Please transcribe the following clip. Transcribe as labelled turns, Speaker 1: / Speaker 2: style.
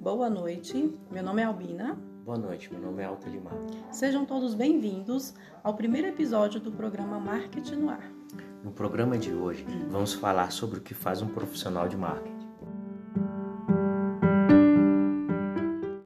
Speaker 1: boa noite. Meu nome é Albina.
Speaker 2: Boa noite, meu nome é Alto Limar.
Speaker 1: Sejam todos bem-vindos ao primeiro episódio do programa Marketing no Ar.
Speaker 2: No programa de hoje, vamos falar sobre o que faz um profissional de marketing.